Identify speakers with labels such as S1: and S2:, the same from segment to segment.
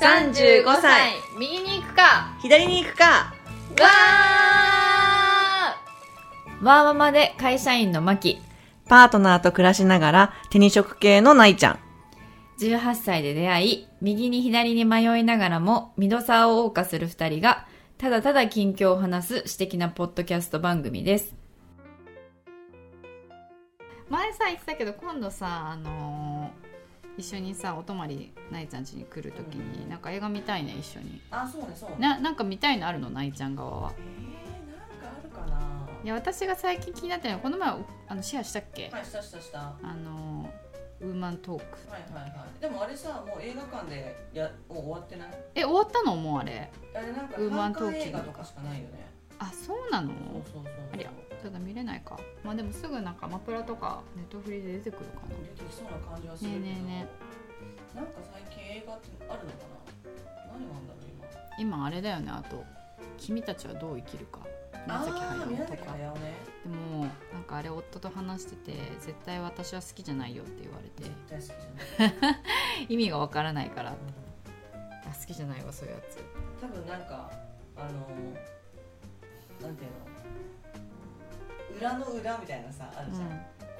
S1: 35歳
S2: 右に行くか
S1: 左に行くか
S2: わ
S3: わーままで会社員のマキ。
S1: パートナーと暮らしながら手に職系のないちゃん
S3: 18歳で出会い、右に左に迷いながらも、ミドサーを謳歌する二人が、ただただ近況を話す私的なポッドキャスト番組です。
S2: ー前さ言ってたけど今度さあのー一緒にさお泊まりないちゃん家に来るときに、なんか映画見たいね一緒に
S1: あそうねそうね
S2: ななんか見たいのあるのないちゃん側は
S1: えー、なんかあるかない
S2: や私が最近気になってるのはこの前あのシェアしたっけ、
S1: はいしたしたしたは
S2: あのーウーマントーク
S1: いはいはいでもあれさもう映画館でやもう終わってない
S2: え終わったのもうあれ
S1: あれなんか
S2: ウーマントーキング
S1: 映画とかしかないよね
S2: あそうなの
S1: そうそうそうそう
S2: ありゃただ見れないかまあでもすぐなんかアマプラとかネットフリで出てくるかな
S1: 出てきそうな感じはするけど
S2: ねえねえね
S1: なんか最近映画ってあるのかな何があんだろう今
S2: 今あれだよねあと「君たちはどう生きるか」宮崎
S1: あー
S2: 駿
S1: 宮
S2: と
S1: 崎
S2: かで
S1: 駿ね
S2: もなんかあれ夫と話してて「絶対私は好きじゃないよ」って言われて
S1: 大好きじゃない
S2: 意味がわからないからあ好きじゃないわそういうやつ
S1: 多分なんかあのーなんていうの裏の裏みたいなさある
S2: う
S1: じゃん、
S2: ん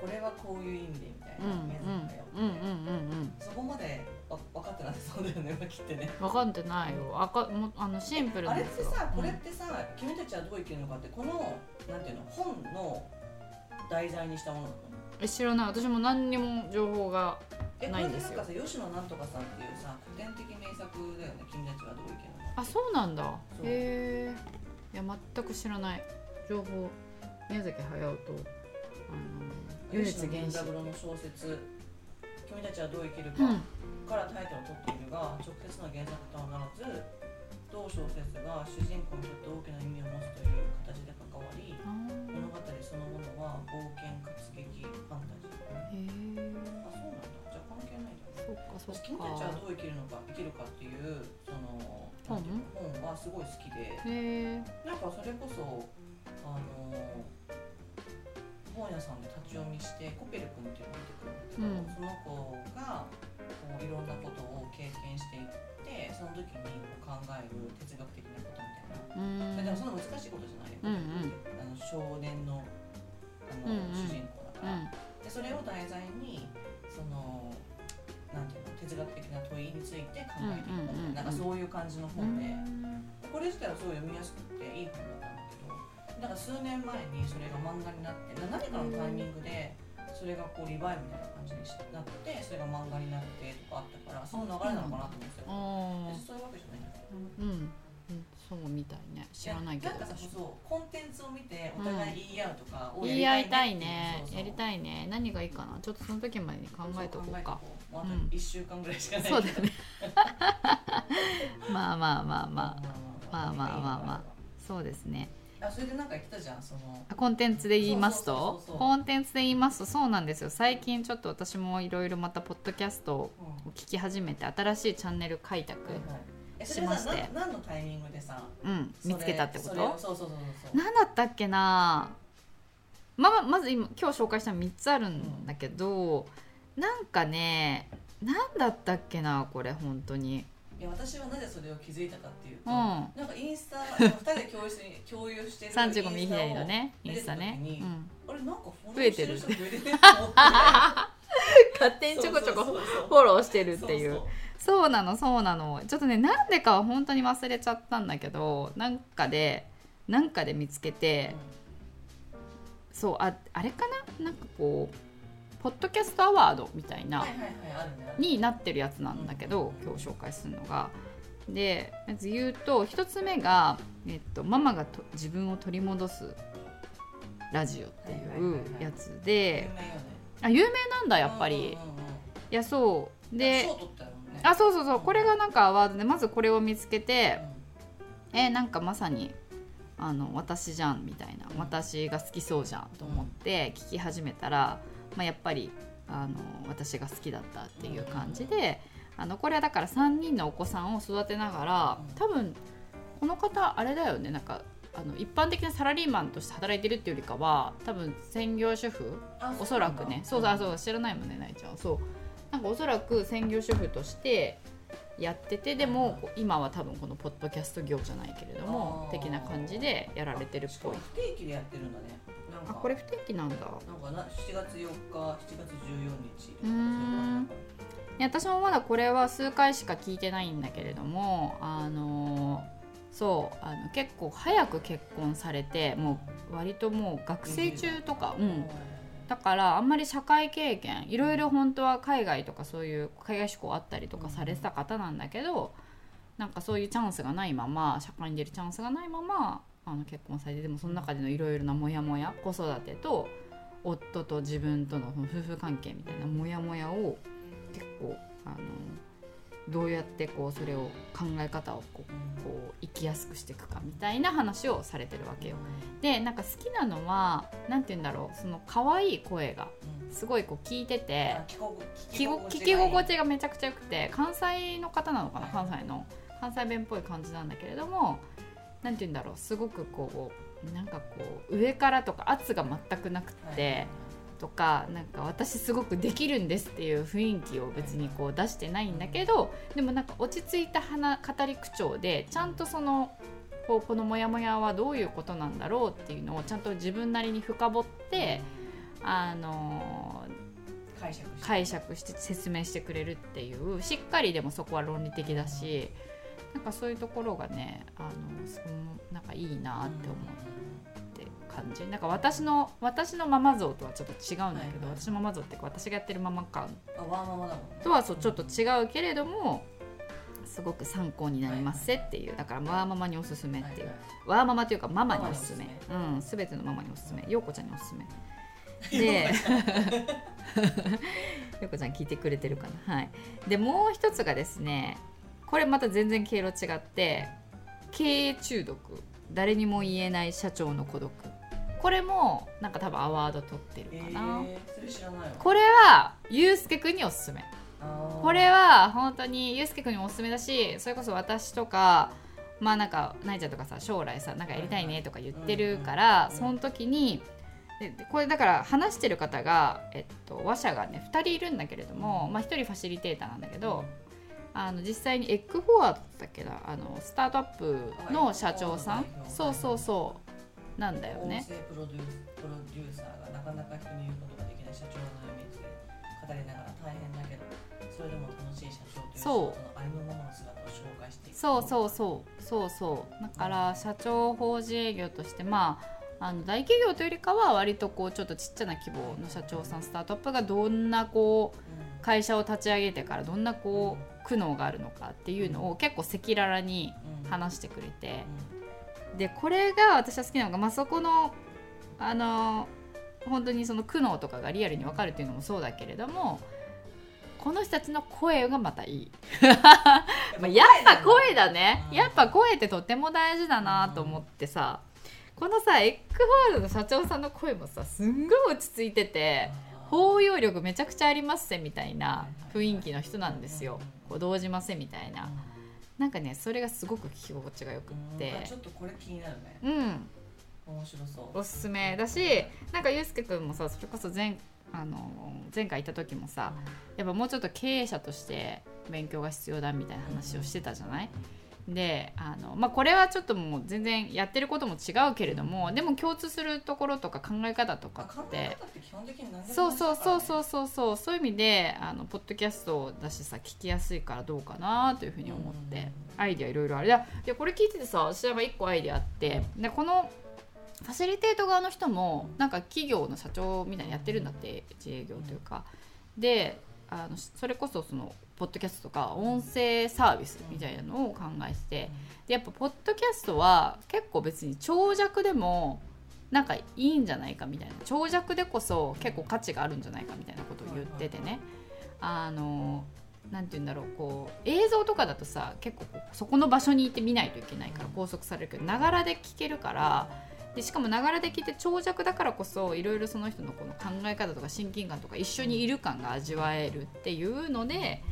S1: これはこういう意味でみたいな、
S2: うん
S1: 宮崎駿って
S2: うんうんうんうん
S1: そこまでわ分かってなさそうだよね きってね
S2: 分かってないよあかもうあのシンプル
S1: あ
S2: な
S1: れっ
S2: やつ
S1: て
S2: が
S1: さこれっ
S2: うん
S1: てさ、君たちはどう生きるのかってこのなんていうの本の題材にしたものなの
S2: え知らない私も何にも情報が
S1: え
S2: ないんですよ
S1: これってなんかさ吉野なんとかさんっていうさ古典的名作だよね君たちはどう生きるのか
S2: あそうなんだ
S1: そう
S2: へえいや全く知らない情報宮崎駿とあの
S1: 吉野
S2: 原
S1: 源三
S2: 始
S1: 郎の小説「君たちはどう生きるか」
S2: うん
S1: からタイトルを取っているが直接の原作とはならず同小説が主人公にとって大きな意味を持つという形で関わり物語そのものは冒険活劇ファンタジ
S2: あー
S1: ー
S2: へえ
S1: あそうなんだじゃあ関係ないんだよね
S2: そっかそっか
S1: 私君たちはどう生きるのか生きるかっていうそのなんていうの本はすごい好きで
S2: へえ
S1: なんかそれこそあの本屋さんで立ち読みしてコペル君っていうのが出てくるんだけど、その子がこういろんなことを経験していってその時にこう考える哲学的なことみ
S2: うーん
S1: たいな、でもそんな難しいことじゃないよ、
S2: うん
S1: あの少年のあ
S2: う
S1: の、
S2: んうん
S1: 主人公だ
S2: う
S1: から、
S2: ん
S1: でそれを題材にそのなんていうの哲学的な問いについて考えていこうみたいな,、
S2: うんうんうんうん
S1: なんかそういう感じの
S2: う
S1: 本で。
S2: ん
S1: これ自体はすごい読みやすくていい本だったんだけどだから数年前にそれが漫画になってな何かのタイミングでそれがこうリバイブみたいな感じになってそれが漫画になってとかあったからその流れなのかなと思うんです
S2: あ
S1: よ別にそういうわけじゃないんだけ
S2: ー
S1: ど
S2: うんうんそうみたいね知らないけど
S1: んかさ
S2: 私
S1: そうコンテンツを見てお互い言い合うとかを
S2: 言い合いたいねやり
S1: い
S2: たいね何がいいかなちょっとその時までに考えとこうか
S1: もうあと1週間ぐらいしかない
S2: そうだよね まあまあまあまあまあまあまあまそうですね
S1: ああそれでなんか言ってたじゃんその
S2: コンテンツで言います
S1: そうそう
S2: と
S1: そうそう
S2: コンテンツで言いますとそうなんですよ最近ちょっと私もいろいろまたポッドキャストを
S1: うん
S2: 聞き始めて新しいチャンネル開拓、
S1: えそれはさ
S2: しまして
S1: な何のタイミングでさ
S2: うん、
S1: それ
S2: 見つけたってこ
S1: それを
S2: と
S1: そうそうそうそうそう
S2: 何だったっけなまあまあまず今今日紹介した3つあるんだけど、なんかね何だったっけなこれ本当に
S1: いや私はなぜそれを気づいたかっていうと、
S2: うん
S1: なんかイン スタ二人で共有して共有してる
S2: 35右左の
S1: イン
S2: ねインスタね、
S1: 見てた時に
S2: うん、
S1: スタをあれなんかフォロ
S2: 増
S1: ー
S2: え
S1: してて
S2: る
S1: る人増えてると思っ
S2: 勝手
S1: て
S2: にちょこちょこ
S1: そうそうそう
S2: フォローしてるっていう
S1: そ
S2: そうなのそうなのちょっとねなんでかは本当に忘れちゃったんだけどなんかでなんかで見つけ
S1: う
S2: てそうああれかななんかこうポッドキャストアワードみたい
S1: うん
S2: な
S1: はいはいはいあるねあるね
S2: になってるやつなんだけど今日紹介するのが。でまず言うと1つ目が、えっと「ママがと自分を取り戻すラジオ」っていうやつ
S1: 有名
S2: で
S1: よね
S2: あ有名なんだやっぱり。い
S1: うんうんうん
S2: やそう
S1: うん
S2: で
S1: 賞取ったよね
S2: あそうそうそうこれがなんかアワードでまずこれを見つけて
S1: う
S2: えなんかまさにあの私じゃんみたいな私が好きそうじゃんと思って聞き始めたら、まあ、やっぱりあの私が好きだったっていう感じであのこれはだから3人のお子さんを育てながら多分この方あれだよねなんかあの一般的なサラリーマンとして働いてるっていうよりかは多分専業主婦
S1: んあ
S2: おそらくねそうだ
S1: なんだ
S2: そうだ知らないもんねないちゃんそうなんかおそらく専業主婦としてやっててでも今は多分このポッドキャスト業じゃないけれども
S1: あー
S2: 的な感じでやられてるっ
S1: しか
S2: ぽ
S1: も
S2: い
S1: 不定期でやってるんだねなん
S2: あ
S1: か
S2: これ不定期なんだ
S1: なんかな7月4日7月14日
S2: うーんいや私もまだこれは数回しか聞いてないんだけれどもあのーそうあの結構早く結婚されてもう割ともう学生中とか、う
S1: うん
S2: ん、だからあんまり社会経験いろいろ本当は海外とかそういう海外志向あったりとかされてた方なんだけどなんかそういうチャンスがないまま社会に出るチャンスがないままあの結婚されてでもその中でのいろいろなモヤモヤ子育てと夫と自分とのその夫婦関係みたいなモヤモヤを結構あのどうやってこうそれを考え方をこうこう生きやすくしていくかみたいな話をされてるわけよ。でなんか好きなのはなんて言うんだろうその可愛い声が
S1: うん
S2: すごいこう聞いてて
S1: あ聞こ
S2: 聞きご聞き心地がめちゃくちゃ良くて関西の方なのかな関西の関西弁っぽい感じなんだけれどもなんて言うんだろうすごくこうなんかこう上からとか圧が全くなく
S1: がいい
S2: て。とかなんか私すごくできるんですっていう雰囲気を別にこう出してないんだけどでもなんか落ち着いた話語り口調でちゃんとそのこうこのモヤモヤはどういうことなんだろうっていうのをちゃんと自分なりに深掘って、あの
S1: はい解釈して
S2: 解釈して説明してくれるっていうしっかりでもそこは論理的だしなんかそういうところがねあのそのなんかいいなって思う。って感じなんか私の私のママ像とはちょっと違うんだけど、
S1: はいはい
S2: 私のママ像っていうか私がやってるママ感
S1: あわーままだもんね
S2: とはそうちょっと違うけれどもすごく参考になりますっていう、だからワーママにおすすめっていう、
S1: はい
S2: ワーママというかママにおすすめ
S1: ママにおす
S2: うんすべてのママにおすすめ
S1: うん
S2: 陽子ちゃんにおすすめで 陽子ちゃん聞いてくれてるかなはいでもう一つがですねこれまた全然経路違って経営中毒誰にも言えない社長の孤独これもなんか多分アワード取ってるかな、
S1: えー、それ知らないわ
S2: これはゆうすけくんにおすすめ
S1: あー
S2: これは本当にゆうすけくんにもおすすめだしそれこそ私とかまあなんかないちゃんとかさ将来さなんかやりたいねとか言ってるから
S1: うんうん
S2: その時にででこれだから話してる方が、えっと、話者がね2人いるんだけれども、まあ、1人ファシリテーターなんだけどあの実際にエッグフォワードだっけなあのスタートアップの社長さん
S1: はい
S2: そうそうそうなんだよ
S1: 音
S2: ね。
S1: 声プロデュープロデューサーがなかなか人に言うことができない社長のイメージで語りながら大変だけどそれでも楽しい社長という
S2: そう
S1: 仕事のありのままの姿を紹介していく
S2: そうそうそうそうそうだから社長法人営業としてまああの大企業というよりかは割とこうちょっとちっちゃな規模の社長さんスタートアップがどんなこう
S1: う
S2: 会社を立ち上げてからどんなこう苦悩があるのかっていうのを結構赤裸々に
S1: んうん
S2: 話してくれて
S1: うん
S2: でこれが私は好きなのが、まあ、そこのあの本当にその苦悩とかがリアルに分かるっていうのもそうだけれどもこの人たちの声がまたいいまあ、やっぱ声だね、
S1: うん
S2: やっぱ声ってとても大事だなと思ってさ、このさエッグフォールドの社長さんの声もさすんごい落ち着いてて包容力めちゃくちゃありますせみたいな雰囲気の人なんですよこう動じませみたいななんかねそれがすごく聞き心地がよくっ
S1: うん
S2: て
S1: あちょっとこれ気になるね
S2: うん
S1: 面白そう
S2: おすすめだしなんかゆうすけくんもさそれこそ前あの前回行った時もさやっぱもうちょっと経営者として勉強が必要だみたいな話をしてたじゃないであの、まあ、これはちょっともう全然やってることも違うけれどもでも共通するところとか考え方とか
S1: あ考
S2: って
S1: え方って基本的に何でも
S2: そうそうそう
S1: う
S2: そうそうそうそういう意味であのポッドキャストだしさ聞きやすいからどうかなというふうに思って、
S1: うん
S2: アイデアいろいろあれだいやこれ聞いててさ私は1個アイデアあってでこのファシリテート側の人もなんか企業の社長みたいにやってるんだって自営業というかであのそれこそそのポッドキャストとか音声サービスみたいなのを考えててでやっぱポッドキャストは結構別に長尺でもなんかいいんじゃないかみたいな長尺でこそ結構価値があるんじゃないかみたいなことを言っててねあのなんて言うんだろうこう映像とかだとさ結構こうそこの場所に行って見ないといけないから拘束されるけどながらで聞けるからでしかもながらで聞いて長尺だからこそいろいろその人のこの考え方とか親近感とか一緒にいる感が味わえるっていうので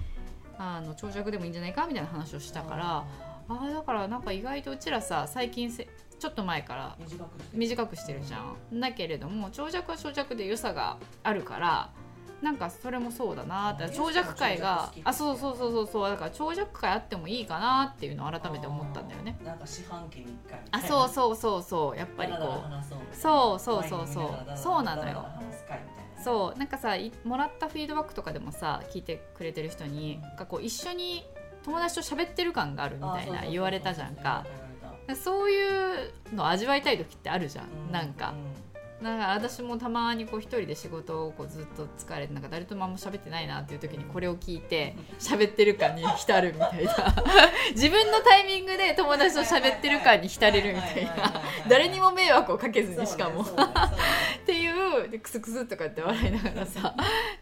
S2: あの長尺でもいいんじゃないかみたいな話をしたから。あーだからなんか意外とうちらさ最近せちょっと前から
S1: 短くして
S2: 短くしてるじゃんだけれども長尺は長尺で良さがあるからなんかそれもそうだなって
S1: あ
S2: 長尺会が
S1: ミュージカ
S2: あ
S1: ル長尺好き
S2: そうそうそうそうそうだから長尺会あってもいいかなっていうのを改めて思ったんだよね
S1: あーなんか四半期に一回みた
S2: あ
S1: いな
S2: そうそうそうそうやっぱりこ
S1: ダラダラ
S2: う
S1: 話そうみたいな
S2: そうそうそうそう
S1: ワイン飲みながら
S2: そうなのよ
S1: ダラダラ話す会みたいな
S2: そうなんかさいもらったフィードバックとかでもさ聞いてくれてる人になんかこう一緒に友達と喋ってる感があるみたいな言われたじゃんかそういうの味わいたい時ってあるじゃん、なんかだから私もたまにこう一人で仕事をこうずっと疲れてなんか誰ともあんま喋ってないなっていう時にこれを聞いて喋ってる感に浸るみたいな 自分のタイミングで友達と喋ってる感に浸れるみたいな 誰にも迷惑をかけずにしかもっていうでクスクスとかって笑いながらさ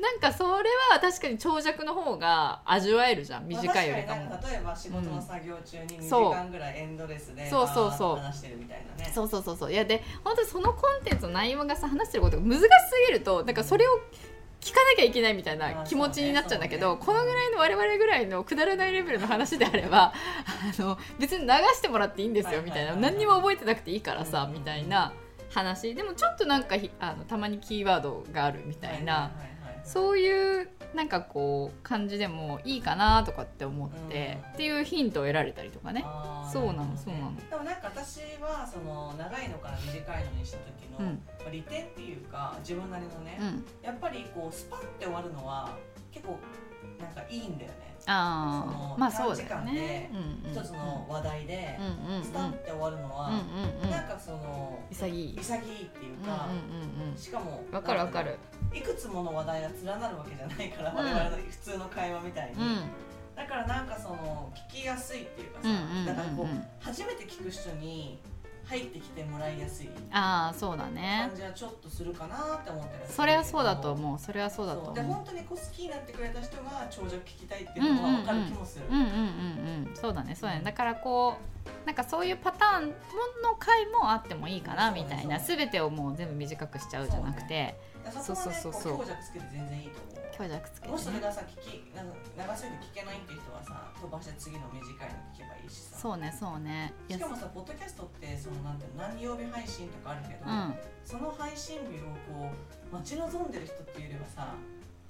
S2: なんかそれは確かに長尺の方が味わえるじゃん 短いよりかも。
S1: 例えば仕事の作業中に2時
S2: そう
S1: 間ぐらいエンドレスで
S2: そうそうそう
S1: バーッと話してるみたいなね
S2: そうそうそうそういやで本当にそのコンテンツの内容がさ話してることが難しすぎるとなんかそれを聞かなきゃいけないみたいな気持ちになっちゃうんだけど、
S1: まあそ
S2: こ
S1: うね
S2: の
S1: そう
S2: ぐらい
S1: ね
S2: の我々ぐらいのくだらないレベルの話であれば あの別に流してもらっていいんですよみたいな
S1: はいはいはいはい
S2: 何にも覚えてなくていいからさ
S1: うん
S2: みたいな話でもちょっとなんかひあのたまにキーワードがあるみたいな。
S1: はいはいはいはい
S2: そういうなんかこう感じでもいいかなとかって思って、
S1: うん
S2: っていうヒントを得られたりとかね。
S1: あー
S2: そうなの
S1: るほどね
S2: そうなの
S1: でもなんか私はその長いのから短いのにした時の、
S2: うん
S1: まあ利点っていうか自分なりのね、
S2: うん、
S1: やっぱりこうスパンって終わるのは結構なんかいいんだよね、
S2: あ
S1: その
S2: あ、まあそうだよね。うんうん
S1: 一つの話題で
S2: うんうんうん
S1: スパンって終わるのは、
S2: うんうんう
S1: なん
S2: ん。
S1: かその
S2: 潔い。
S1: 潔いっていう
S2: うんうん
S1: か、
S2: うんうん。
S1: しかも
S2: わかるわか
S1: なん
S2: る。
S1: だろういくつもの話題が連なるわけじゃないから、
S2: うん
S1: 我々の普通の会話みたいに、
S2: うんうん
S1: だからなんかその聞きやすいっていうかさ、
S2: うん
S1: だから
S2: うん
S1: こ
S2: う。
S1: うん初めて聞く人に入ってきてもらいやすい
S2: ああ、そうだね
S1: 感。じはちょっとするかなって思ってる
S2: それはそうだと思う。それはそうだと
S1: そうで
S2: 思
S1: 本当にこう好きになってくれた人が長尺聞きたいっていうのは分かる気もする、
S2: う。うんうんうんうん。そうだね。そうだね。だからこう。なんかそういうパターンの回もあってもいいかなみたいな
S1: そう
S2: 全てをもう全部短くしちゃうじゃなくて、
S1: だからそこはね
S2: そうそうそうそう
S1: こう強弱つけて全然いいと思う
S2: 強弱つけて、
S1: もしそれ
S2: ね、
S1: がさ聞きなんか長すぎて聞けないっていう人はさ飛ばして次の短いの聞けばいいしさ
S2: そうねそうねい
S1: し
S2: や
S1: かもさポッドキャストってそのなんていうの何曜日配信とかあるけど、
S2: うん
S1: その配信日をこう待ち望んでる人っていうよりはさ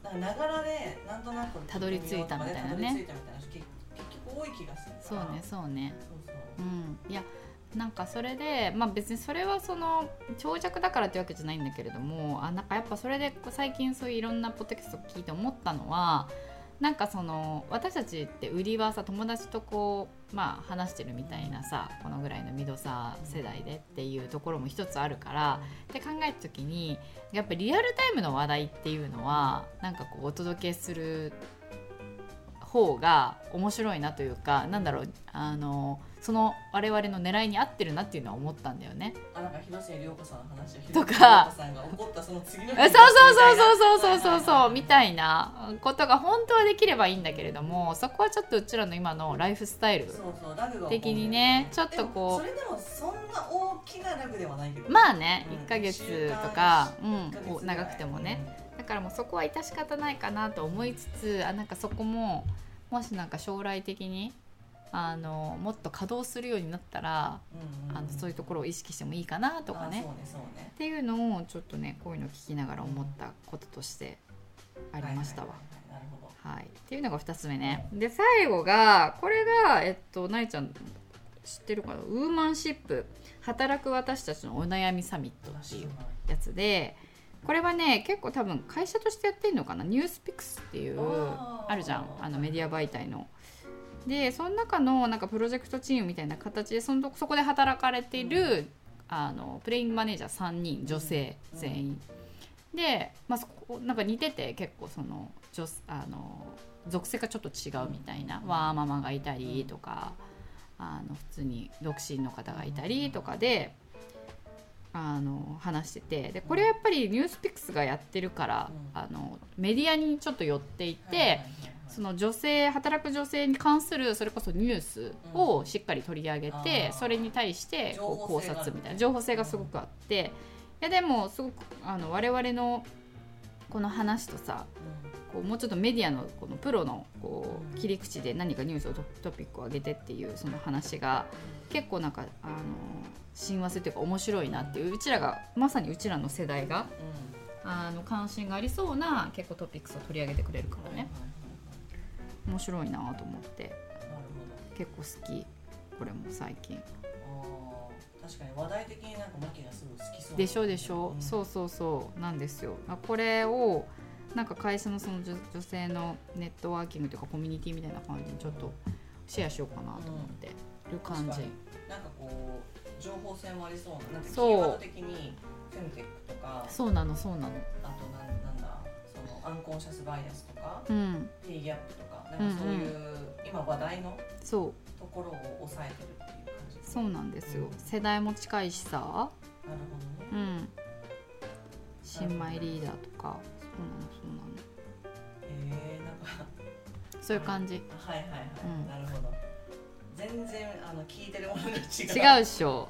S1: なんかながらでなんとなく
S2: たどり着いたみたいなね
S1: たどり着いたみたいな人結結局多い気がする
S2: そう
S1: から
S2: ねそうね
S1: そうそう
S2: うんいやなんかそれでまあ別にそれはその長尺だからってわけじゃないんだけれどもあなんかやっぱそれでこう最近そういういろんなポッドキャスト聞いて思ったのはなんかその私たちって売りはさ友達とこうまあ話してるみたいなさこのぐらいのミドさ世代でっていうところも一つあるからって考えた時にやっぱリアルタイムの話題っていうのはなんかこうお届けする方が面白いなというかなんだろうあのその我々の狙いに合ってるなっていうのは思ったんだよね。
S1: あなんか広末涼子さんの話を
S2: とか
S1: 広末涼子さんが怒ったその次の日
S2: そうそうそうそうそうそうそう み
S1: い
S2: たいなことが本当はできればいいんだけれどもそこはちょっとうちらの今のライフスタイル
S1: なそうそうラグが起こるんだよ
S2: 的にねちょっとこう
S1: でもそれでもそんな大きなラグではないけど
S2: まあね
S1: うん
S2: 1ヶ月とか、う
S1: 一ヶ月
S2: ん、
S1: ぐ
S2: お
S1: らい
S2: 長くてもねだからもうそこは致し方ないかなと思いつつあなんかそこももしなんか将来的にあのもっと稼働するようになったら
S1: うんうん
S2: あのそういうところを意識してもいいかなとかね
S1: あそうねそうね
S2: っていうのをちょっとねこういうのを聞きながら思ったこととしてありましたわ。
S1: はいはいはいはいなるほど
S2: はい、っていうのが2つ目ねで最後がこれがえっとなえちゃん知ってるかなウーマンシップ働く私たちのお悩みサミットっていうやつでこれはね結構多分会社としてやってるのかなニュースピックスっていう
S1: あ
S2: あ
S1: ー
S2: るじゃんあのメディア媒体の。でその中のなんかプロジェクトチームみたいな形でそのとそこで働かれている、あのプレイングマネージャー3人女性
S1: うん
S2: 全員。で、まあ、そこなんか似てて結構その女あの属性がちょっと違うみたいな、
S1: うん
S2: ワーママがいたりとかあの普通に独身の方がいたりとかで。あの話しててでこれはやっぱりニュースピックスがやってるから、
S1: うん
S2: あのメディアにちょっと寄っていて、
S1: はいはいはいはい
S2: その女性働く女性に関するそれこそニュースをしっかり取り上げ
S1: うんあ
S2: て、
S1: ー
S2: それに対してこう考
S1: 情報性がある
S2: 察みたいな情報性がすごくあって、いやでもすごくあの我々のこの話とさこうもうちょっとメディアのこのプロのこう切り口で何かニュースをトトピックを上げてっていうその話が結構なんかあの親和性というか面白いなっていううちらがまさにうちらの世代が
S1: うんうん
S2: あの関心がありそうな結構トピックスを取り上げてくれるからね面白いなと思って
S1: なるほど
S2: 結構好きこれも最近
S1: あー確かに話題的になんかマキがすごい好きそう
S2: でしょでしょ、
S1: うん
S2: そうそうそうなんですよあこれをなんか会社のその女女性のネットワーキングというかコミュニティみたいな感じにちょっとシェアしようかなと思ってる感
S1: 確
S2: じ
S1: か、になんかこう情報性もありそうななんかキー
S2: そう
S1: ワード的にフェムテックとか
S2: そうなのそうなの
S1: あとなんなんだそのアンコンシャスバイアスとか
S2: うん
S1: ペイギャップとかなんかそういう、今話題の
S2: そう
S1: ところを抑えてるっていう感じ
S2: そうなんですよ世代も近いしさ
S1: なるほどね
S2: うん新米リーダーとかそうなのそうなの
S1: えー、なんか
S2: そういう感じ
S1: あはいはいはい、
S2: うん
S1: なるほど全然あの聞いてるものが違う
S2: 違うっしょ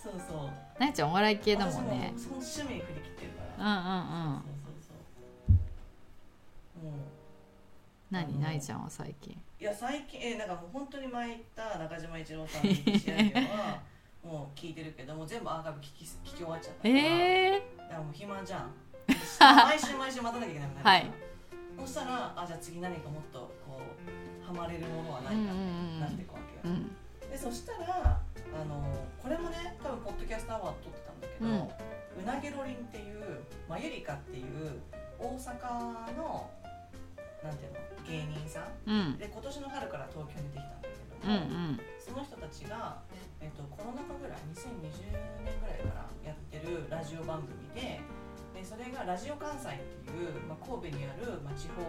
S1: そうそう
S2: なやちゃんお笑い系だもんね
S1: 私もその趣味に振り切ってる
S2: うん
S1: か
S2: うんう
S1: ら、そ
S2: ん
S1: うそうそうもう
S2: 何なやちゃんは最近
S1: いや最近えなんかもう本当に前言った中島一郎さんの試合はもう聞いてるけどもう全部アーカイブ聞き聞き終わっちゃったから、
S2: え
S1: だからもう暇じゃ ん毎週毎週待たなきゃいけなくなるから、
S2: はい
S1: そしたらあじゃあ次何かもっとこうハマれるものは
S2: ー、
S1: な
S2: う
S1: い
S2: ん
S1: か
S2: うん
S1: なっていくわけよ、
S2: うんうん
S1: でそしたらあのこれもね多分ポッドキャストアワード撮ってたんだけど、うなげろりんっていう、まあ、ゆりかっていう大阪のなんていうの芸人さん
S2: うん
S1: で今年の春から東京に出てきたんだけ
S2: うんう
S1: ども、
S2: ん
S1: その人たちが、えっと、コロナ禍ぐらい2020年ぐらいからやってるラジオ番組ででそれがラジオ関西っていう、まあ、神戸にある、まあ、地方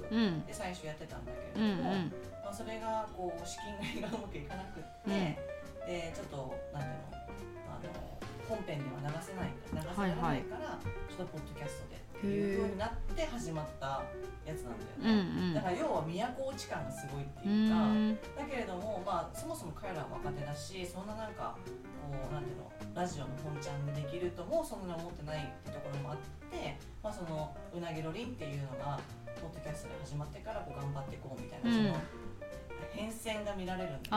S1: 局
S2: うん
S1: で最初やってたんだけ
S2: う
S1: れ
S2: ん
S1: ども、まあ、それがこう資金がうまくいかなくって、でちょっとなんていうのあの本編には流せない流せられないから、ちょっとポッドキャストでっていうふうになって始まったやつなんだ
S2: うんう
S1: よね、
S2: ん
S1: だから要は都落ち感がすごいって
S2: う
S1: いうか、
S2: ん
S1: だけれども、まあ、そもそも彼らは若手だしそんななんかこうなんていうのラジオの本ちゃんでできるともそんなに思ってないってところもあって、まあ、そのうなぎろりんっていうのがポッドキャストで始まってからこう頑張っていこうみたいな、
S2: うん
S1: その変遷が見られるんだけど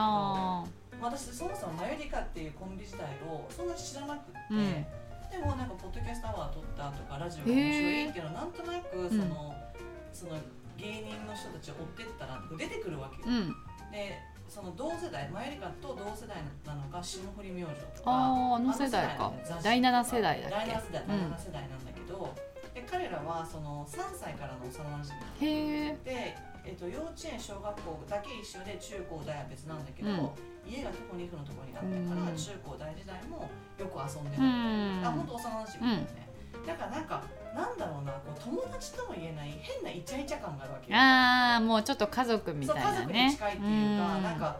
S2: あ
S1: まあ私そもそもマユリカっていうコンビ自体をそんなに知らなくって。
S2: うん
S1: でもなんかポッドキャストアワー撮ったとかラジオが面白いっていうのはなんとなくその,、その芸人の人たちを追ってったら出てくるわけよ
S2: ーうん
S1: でその同世代マユリカと同世代なのか霜降り明星とか
S2: あーあの世代
S1: あ
S2: か
S1: の世代だね雑誌とか
S2: 第7世代だっけ
S1: 第7世代第7世代なんだけど、で彼らはその3歳からの幼馴
S2: へえ
S1: 染で、えっと、幼稚園小学校だけ一緒で中高大は別なんだけど、
S2: うん
S1: 家がどこに行くのとこにあったから、
S2: うん
S1: 中高大時代もよく遊ん
S2: う
S1: でた、
S2: ん
S1: あ本当幼馴染だよね、だからなんかなんだろうなこう友達とも言えない変なイチャイチャ感があるわけよ
S2: ああもうちょっと家族みたいなね
S1: そう家族に近いっていうか、
S2: ん
S1: なんか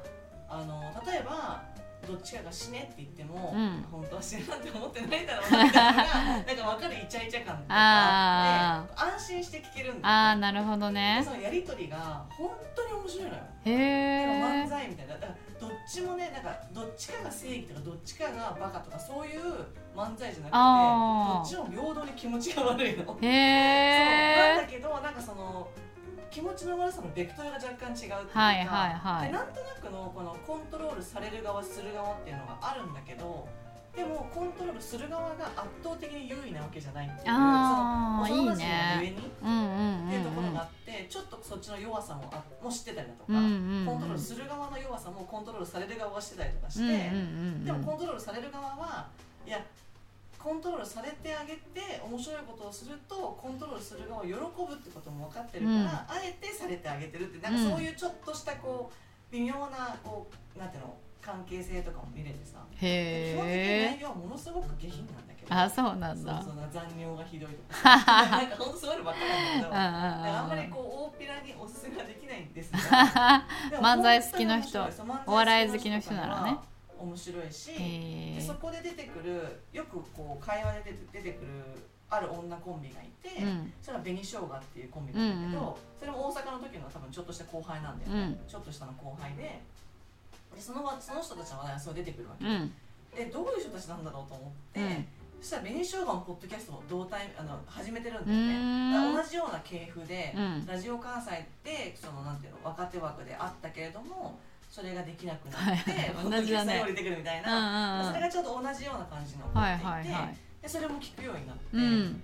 S1: あの例えばどっちかが死ねって言っても、
S2: うん
S1: 本当は死ねなんて思ってないだろうなみた いななんか分かるイチャイチャ感とかあって安心して聞けるんだ
S2: ああ
S1: よね
S2: なるほど
S1: で
S2: ね
S1: そのやり取りが本当に面白いのよ
S2: へ
S1: でも漫
S2: え
S1: 才みたいなだからどっちもねなんかどっちかが正義とかどっちかがバカとかそういう漫才じゃな
S2: あ
S1: く
S2: ー
S1: てどっちも平等に気持ちが悪い
S2: へ
S1: のそうなんだ
S2: え
S1: けどなんかその気持ちの悪さのベクトルが若干違うっていうか、
S2: はいはいはい
S1: でなんとなくのこのコントロールされる側する側っていうのがあるんだけどでもコントロールする側が圧倒的に優位なわけじゃないっていう
S2: ああ
S1: そ
S2: い
S1: の
S2: い
S1: 幼馴染の上
S2: ね
S1: にっ
S2: うんうん
S1: ていうとこ
S2: う
S1: ろ
S2: ん
S1: があって、ちょっとそっちの弱さもあも知ってたりだと
S2: うん
S1: か、
S2: うんうん
S1: コントロールする側の弱さもコントロールされる側はしてたりとかして、
S2: うんうんうん
S1: でもコントロールされる側はいやコントロールされてあげて面白いことをするとコントロールする側を喜ぶってことも分かってるから、
S2: うん
S1: あえてされてあげてるってなんかそういうちょっとしたこう微妙なこうなんていうの関係性とかも見れてさ
S2: へ
S1: 基本的に
S2: え
S1: 内容はものすごく下品なんだけど
S2: あそうなん
S1: そう
S2: だ
S1: そうな残尿がひどいとかなんかほんとそういうのばっかなんだけど。だからあんまり
S2: あ
S1: こう大っぴらにおすすめはできないんです
S2: あ
S1: がでも
S2: 漫才好きの人
S1: 本当に面白いそう
S2: お笑い好きの人ならね
S1: 漫才好きの人とかは面白いし、
S2: へえ
S1: でそこで出てくるよくこう会話で出て出てくるある女コンビがいて、
S2: うん
S1: それは紅生姜っていうコンビなんだけど、それも大阪の時の多分ちょっとした後輩なんだよ
S2: う
S1: ね、
S2: ん
S1: ちょっとしたの後輩ででそのわその人たちの話題がすごい出てくるわけ、
S2: うん
S1: でどういう人たちなんだろうと思って、
S2: うん
S1: そしたら紅生姜のポッドキャストを同体あの始めてるん
S2: う
S1: だよね、だから
S2: ん
S1: 同じような系譜で、
S2: うん
S1: ラジオ関西でそのなんていうの若手枠であったけれどもそれができなくなって
S2: はい
S1: ポッドキャストに降
S2: 同
S1: りてくるみたい
S2: うん
S1: な、
S2: うんうん
S1: それがちょっと同じような感じの起こ
S2: はい
S1: っていて、
S2: はいはい
S1: でそれも聞くようになって、
S2: う
S1: なん
S2: ん
S1: か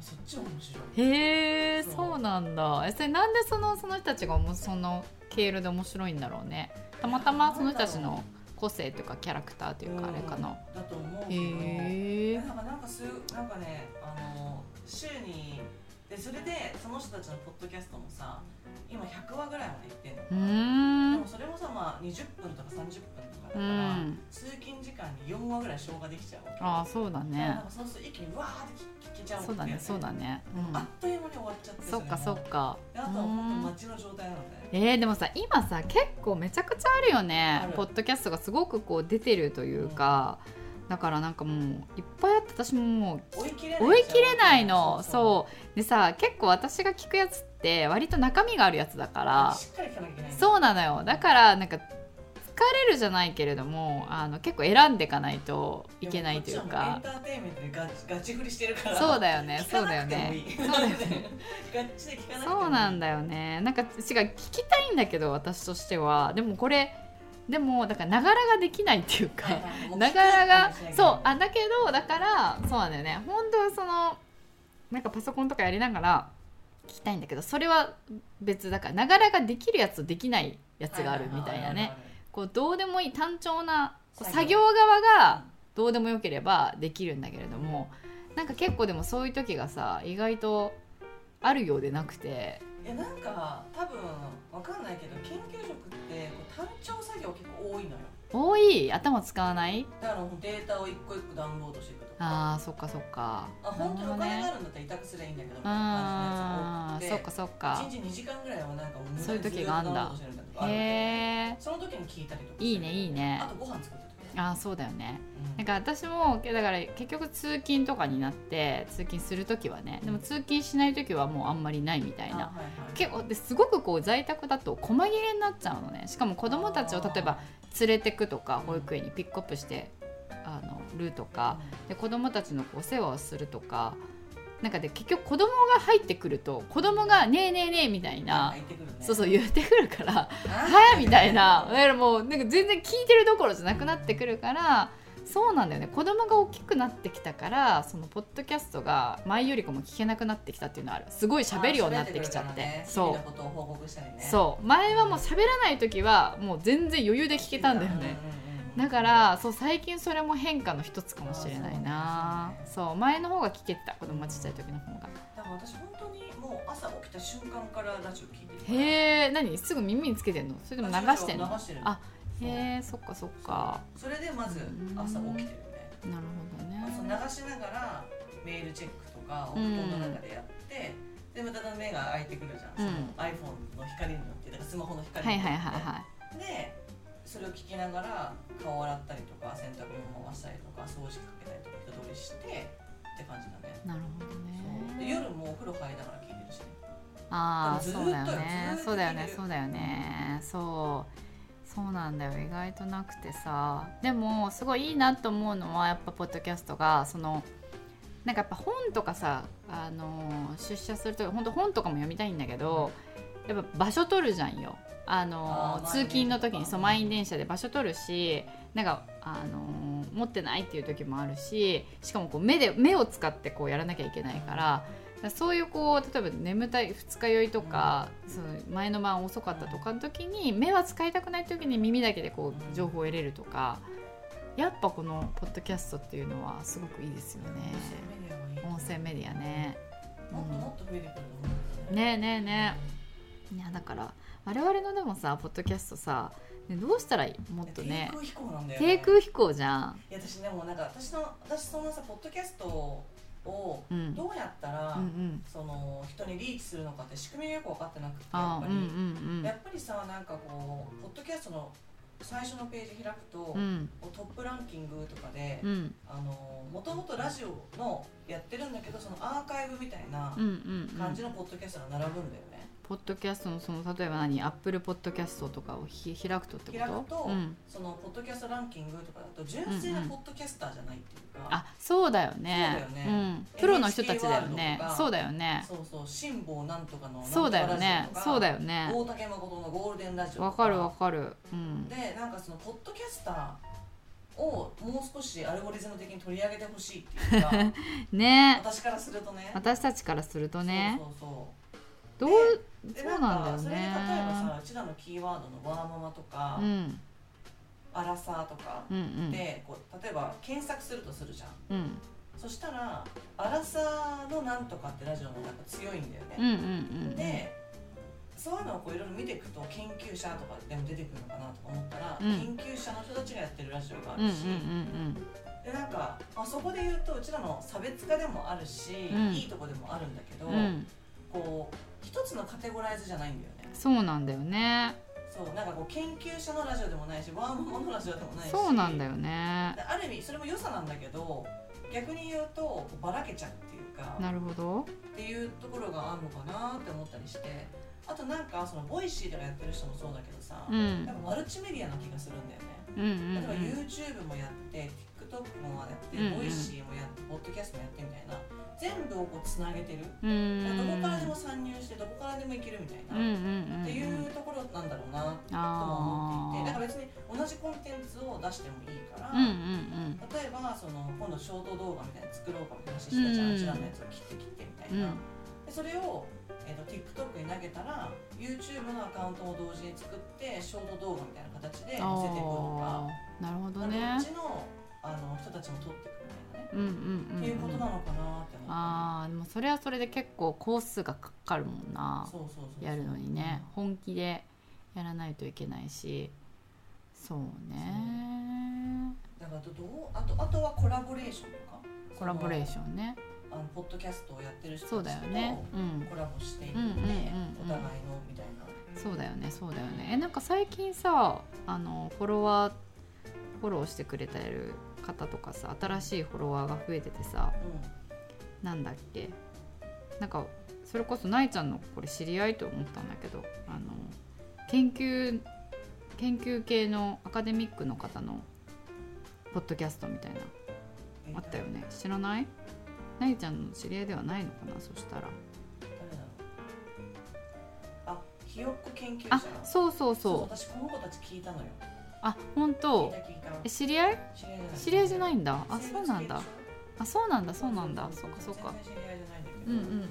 S1: そっちは面白い
S2: へえ
S1: そう
S2: そうなんだえそれなんでそのその人たちがおもその経路で面白いんだろうねたまたまその人たちの個性というかキャラクターというかあれかな、
S1: うんだと思うけど、
S2: へえ
S1: なんかなんかすなんかねあの週にでそれでその人たちのポッドキャストもさ今100話ぐらいまでいってんのか
S2: うー
S1: な、で
S2: ん
S1: もそれもさまあ20分とか30分とかだ
S2: う
S1: から、
S2: ん
S1: 通勤時間に4話ぐらい消化できちゃうわけ
S2: ああそうだ
S1: なん
S2: ね
S1: かそうすると一気にわーって聞けちゃう
S2: そうだねそうだね、うん、
S1: あっという間に終わっちゃって
S2: そっか
S1: れ
S2: そ
S1: も
S2: っか
S1: であとは本当街の状態なので、
S2: えー、でもさ今さ結構めちゃくちゃあるよ
S1: あ
S2: ね
S1: る
S2: ポッドキャストがすごくこう出てるというか、だからなんかもういっぱいあって私ももう
S1: 追い切れない
S2: 追い切れないのそう
S1: そ
S2: でさ結構私が聞くやつって割と中身があるやつだか
S1: う
S2: ら
S1: しっかり聞かなきゃいけないんだ
S2: そうなのよだからなんか疲れるじゃないけれどもあの結構選んでいかないといけないという
S1: でもこっ
S2: か
S1: ちはもうエンターテインメントでガチガチ振りしてるから
S2: そうだよね
S1: 聞
S2: そ
S1: か
S2: うだ
S1: な
S2: よ
S1: くてもい
S2: ね
S1: い
S2: そうだよね
S1: ガチで聞かなくてもいい
S2: そうなんだよねなんか違う聞きたいんだけど私としてはでもこれでもだからながらができないっていうか
S1: はいはいもう聞
S2: な
S1: き
S2: がら
S1: た
S2: が
S1: いかもしれないけど
S2: そうあだけどだからそうなんだよね本当はそのなんかパソコンとかやりながら聞きたいんだけどそれは別だからながらができるやつとできないやつがあるみたいなねこうどうでもいい単調なこう作
S1: 作
S2: 業
S1: 業
S2: 側がどうでもよければできるんだけれどもなんか結構でもそういう時がさ意外とあるようでなくて
S1: いやなんか多分わかんないけど研究職ってこう単調作業結構多いのよ
S2: 多い頭使わない
S1: だからもうデータを一個一個ダウンロードしていくとか
S2: あーそっかそっか
S1: あ本当に
S2: な
S1: お
S2: るほ
S1: 金が
S2: ど
S1: あ
S2: ね
S1: るんだったら委託すりゃいいんだけどみたいな
S2: あ
S1: 感じ
S2: ーそっ
S1: のやつ
S2: か
S1: が
S2: そっ
S1: 多
S2: か
S1: くて1日2時間ぐらいはなんかもう無駄に
S2: そういう時があんだ
S1: ずっとダウンロードしてるみたいなとかあ
S2: へ
S1: る
S2: え
S1: その時に聞いたりとか
S2: いいねいいね
S1: あとご飯作る時ね
S2: あーそうだよね
S1: うん
S2: なんか私もだから結局通勤とかになって通勤する時はねでも通勤しない時はもうあんまりないみたいな
S1: あはいはい
S2: 結構ですごくこう在宅だと細切れになっちゃうのねしかも子供たちを例えば連れてくとか保育園にピックアップしてあのると
S1: あ
S2: か
S1: ー
S2: で子供たちのお世話をするとかなんかで結局子供が入ってくると子供が「ねえねえねえ」みたいな、
S1: 入ってくるね
S2: そうそう言ってくるから
S1: あ
S2: 「
S1: ー
S2: はや」みたいなだからもうなんか全然聞いてるどころじゃなくなってくるから。そうなんだよね子供が大きくなってきたからそのポッドキャストが前よりかも聞けなくなってきたっていうのはあるすごい喋るようになってきちゃって
S1: あー喋れるからね
S2: そう
S1: 日々のことを報告したりね
S2: そう前はもう喋らない時はもう全然余裕で聞けたんだよねだからそう最近それも変化の一つかもしれないな
S1: あ
S2: そう前の方が聞けてた子供ちっちゃい時の方が
S1: だから私本当にもう朝起きた瞬間からラジオ聞いてるから
S2: へえ何すぐ耳につけてんのそれでも流してん
S1: ラジオ
S2: の
S1: 流してる
S2: あへえそっかそっか
S1: それでまず朝起きてる
S2: な
S1: ね
S2: るほど
S1: 朝
S2: ね
S1: 流しながらメールチェックとかお布団の中でやって、でまただんだん目が開いてくるじゃん、
S2: うん
S1: その iPhone の光によってだからスマホの光
S2: は
S1: に
S2: い
S1: よ
S2: は
S1: って、
S2: いはいは
S1: でそれを聞きながら顔洗ったりとか洗濯物回したりとか掃除機かけたりとか一通りしてって感じだね
S2: いなるほど
S1: そうで
S2: ね
S1: 夜もお風呂入りながら聞いてるしね
S2: ああ
S1: でもず
S2: そ
S1: ーっ
S2: う
S1: と
S2: だよ
S1: よ
S2: ね
S1: ずーっと
S2: そうだよ
S1: 聞い
S2: ね
S1: てる
S2: そうだよねそうそうなんだよ意外となくてさでもすごいいいなと思うのはやっぱポッドキャストがそのなんかやっぱ本とかさ、あのー出社すると本当本とかも読みたいんだけどやっぱ場所取るじゃんよ、あのー
S1: あー
S2: 通勤の時
S1: 満員電車と
S2: にそう満員電車
S1: か
S2: で場所取るしなんか、あのー持ってないっていう時もあるししかもこう目で目を使ってこうやらなきゃいけないからだからそういうこう例えば眠たい二日酔いとか、その前の晩遅かったとかの時に目は使いたくない時に耳だけでこう情報を得れるとか。やっぱこのポッドキャストっていうのはすごくいいですよね。
S1: メディアはいい
S2: 音声メディアね。
S1: もっともっと増えてくると思うんだよ
S2: ねえねえねえ。いやだから我々のでもさポッドキャストさ、ね、どうしたらいいもっとね
S1: 低空飛行なんだよね
S2: 低空飛行じゃん。
S1: いや私ねもうなんか私の私そのさポッドキャストを
S2: うん。
S1: どうやったら、
S2: うんうん。
S1: その人にリーチするのかって仕組みがよく分かってなくてや
S2: あ
S1: っ
S2: ー
S1: ぱ
S2: う
S1: り、
S2: んうん
S1: やっぱりさなんかこうポッドキャストの最初のページ開くと、
S2: うん。うん
S1: トップランキングとかで、
S2: うん
S1: あのもともとラジオのやってるんだけどそのアーカイブみたいな
S2: うんうんう
S1: 感
S2: ん
S1: じ。のポッドキャストが並ぶんだよね、
S2: ポッドキャストのその例えば何アップルポッドキャストとかをひ開くとってこと？
S1: 開くと
S2: うん。
S1: そのポッドキャストランキングとかだと純粋なポッドキャスターじゃないっていうか、
S2: あそうだよね。
S1: そうだよ
S2: うん。プロの人たちだよ
S1: NHK ワール
S2: ね
S1: ドと。か
S2: そうだよね。
S1: そうそう辛坊なんとかのなんとか
S2: そうだよ
S1: ラ
S2: ね
S1: ジオと。か
S2: そうだよね。
S1: 大竹誠のゴールデンラジオと
S2: わかるわかる。うん。
S1: でなんかそのポッドキャスターをもう少しアルゴリズム的に取り上げてほしいっ ていうか
S2: ね
S1: 私からするとね
S2: 私たちからするとね
S1: そうそうそう
S2: どう
S1: で
S2: そうなんだよね
S1: かそれで例えばさうちらのキーワードのワーママとか、
S2: うん
S1: アラサーとか
S2: うんうん
S1: でこう例えば検索するとするじゃん
S2: うん
S1: そしたらアラサーのなんとかってラジオのなんか強いんだよ
S2: うんう
S1: ね、
S2: んうん
S1: でそういうのをこういろいろ見ていくと研究者とかでも出てくるのかなとか思ったら、
S2: うん
S1: 研究者の人たちがやってるラジオがあ
S2: うんうん
S1: るし、でなんか、まあ、そこで言うとうちらの差別化でもあるし、
S2: うん
S1: いいとこでもあるんだけど、
S2: うんうんうん
S1: こう一つのカテゴライズじゃないんだよね
S2: そうなんだよね
S1: そうなんかこう研究者のラジオでもないしワーママのラジオでもないし
S2: そうなんだよね
S1: である意味それも良さなんだけど逆に言うとこうばらけちゃうっていうか
S2: なるほど
S1: っていうところがあるのかなって思ったりしてあとなんかそのボイシーとかやってる人もそうだけどさ、
S2: うん
S1: なんかマルチメディアな気がするんだよ
S2: うん
S1: ね
S2: うん
S1: 例えば YouTube もやって TikTok もやって、
S2: うんうん
S1: ボイシーもやってポッドキャストもやってみたいな全部をこうつなげてる、
S2: うんうん
S1: どこからでも参入してどこからでもいけるみたい
S2: うんうんうん
S1: な、っていうところなんだろうなとも思っていて
S2: あ
S1: だ
S2: あ
S1: から別に同じコンテンツを出してもいいから、
S2: うんうん
S1: 例えばその今度ショート動画みたいなの作ろうかみたいな話したじゃ
S2: うん
S1: ん、うちらのやつを切って切ってみた
S2: う
S1: い
S2: んうん
S1: な、でそれを、えー、と TikTok に投げたら YouTube のアカウントも同時に作ってショート動画みたいな形で載せていくと
S2: ああ
S1: か
S2: なるほどね
S1: なんかどっちのあの人たちも撮っていくみたいなね、
S2: うんうんうん
S1: っていうことな
S2: うん
S1: のかなって思った
S2: あーでもそれはそれで結構工数がかかるもんな
S1: そうそうそうそう
S2: やるのにね本気でやらないといけないしそうね
S1: だからどどうあとあとはコラボレーションとか
S2: コラボレーシ
S1: ョン
S2: ョンね
S1: あのポッドキャストをやってる人
S2: そう
S1: た
S2: だ
S1: ち
S2: よ
S1: と
S2: ねうん
S1: コラボしていって、
S2: うんうんうんうん
S1: お互いのみたいな
S2: そうだよねそうだよねえなんか最近さあのフォロワーフォローしてくれてる方とかさ新しいフォロワーが増えててさ
S1: うん
S2: なんだっけなんかそれこそなえちゃんのこれ知り合いと思ったんだけどあの研究研究系のアカデミックの方のポッドキャストみたいな
S1: えー
S2: あったよね知らないなえちゃんの知り合いではないのかなそしたら
S1: 誰だろうあひよっこ研究者
S2: あそうそうそう
S1: 私この子たち聞いたのよ
S2: あ本
S1: 聞い
S2: 当
S1: た聞いた
S2: え知り合い
S1: 知り合いじゃない
S2: 知り合いじゃないんだあ
S1: 生
S2: そう
S1: 物
S2: なん
S1: 系
S2: だ
S1: でしょ
S2: あそうなんだそうなんだそうかそうか
S1: 全然知り合いじゃないんだけ
S2: う
S1: ど
S2: んうんうんうん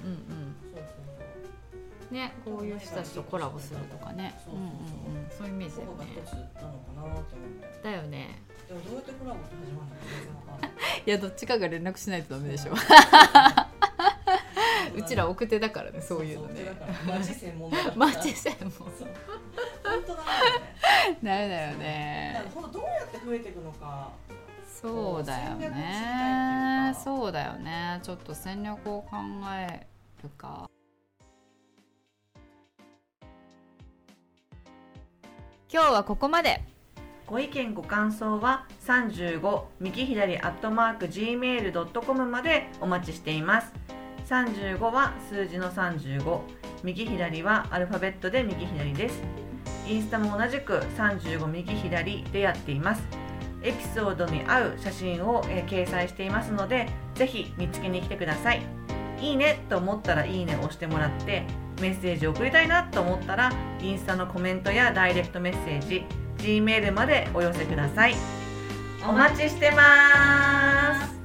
S1: そうそう
S2: ねこういう人たちとコラボするとかね
S1: そううんそう
S2: うんうんそういうイメージ
S1: そ
S2: だ
S1: う
S2: よ
S1: こが一
S2: ね
S1: つなのかなって思って
S2: だよね
S1: でもどうやってコラボって始まるのか全然わかんない
S2: いやどっちかが連絡しないとダメでしょ うちら奥手だからねそういうのね
S1: そだからマジ専門だから
S2: マジせんもん
S1: そう本当だね
S2: ダメだよ
S1: だから
S2: ね
S1: このどうやって増えていくのか
S2: そうだよ
S1: 戦略を知りたいってい
S2: ね
S1: うか
S2: そうだよねちょっと戦略を考えるか
S3: 今日はここまで
S4: ご意見ご感想は35右左アットマーク gmail.com までお待ちしています35は数字の35右左はアルファベットで右左ですインスタも同じく35右左でやっていますエピソードに合う写真を、えー掲載していますのでぜひ見つけに来てくださいいいねと思ったらいいねを押してもらってメッセージを送りたいなと思ったらインスタのコメントやダイレクトメッセージ Gmail までお寄せください。お待ちしてます。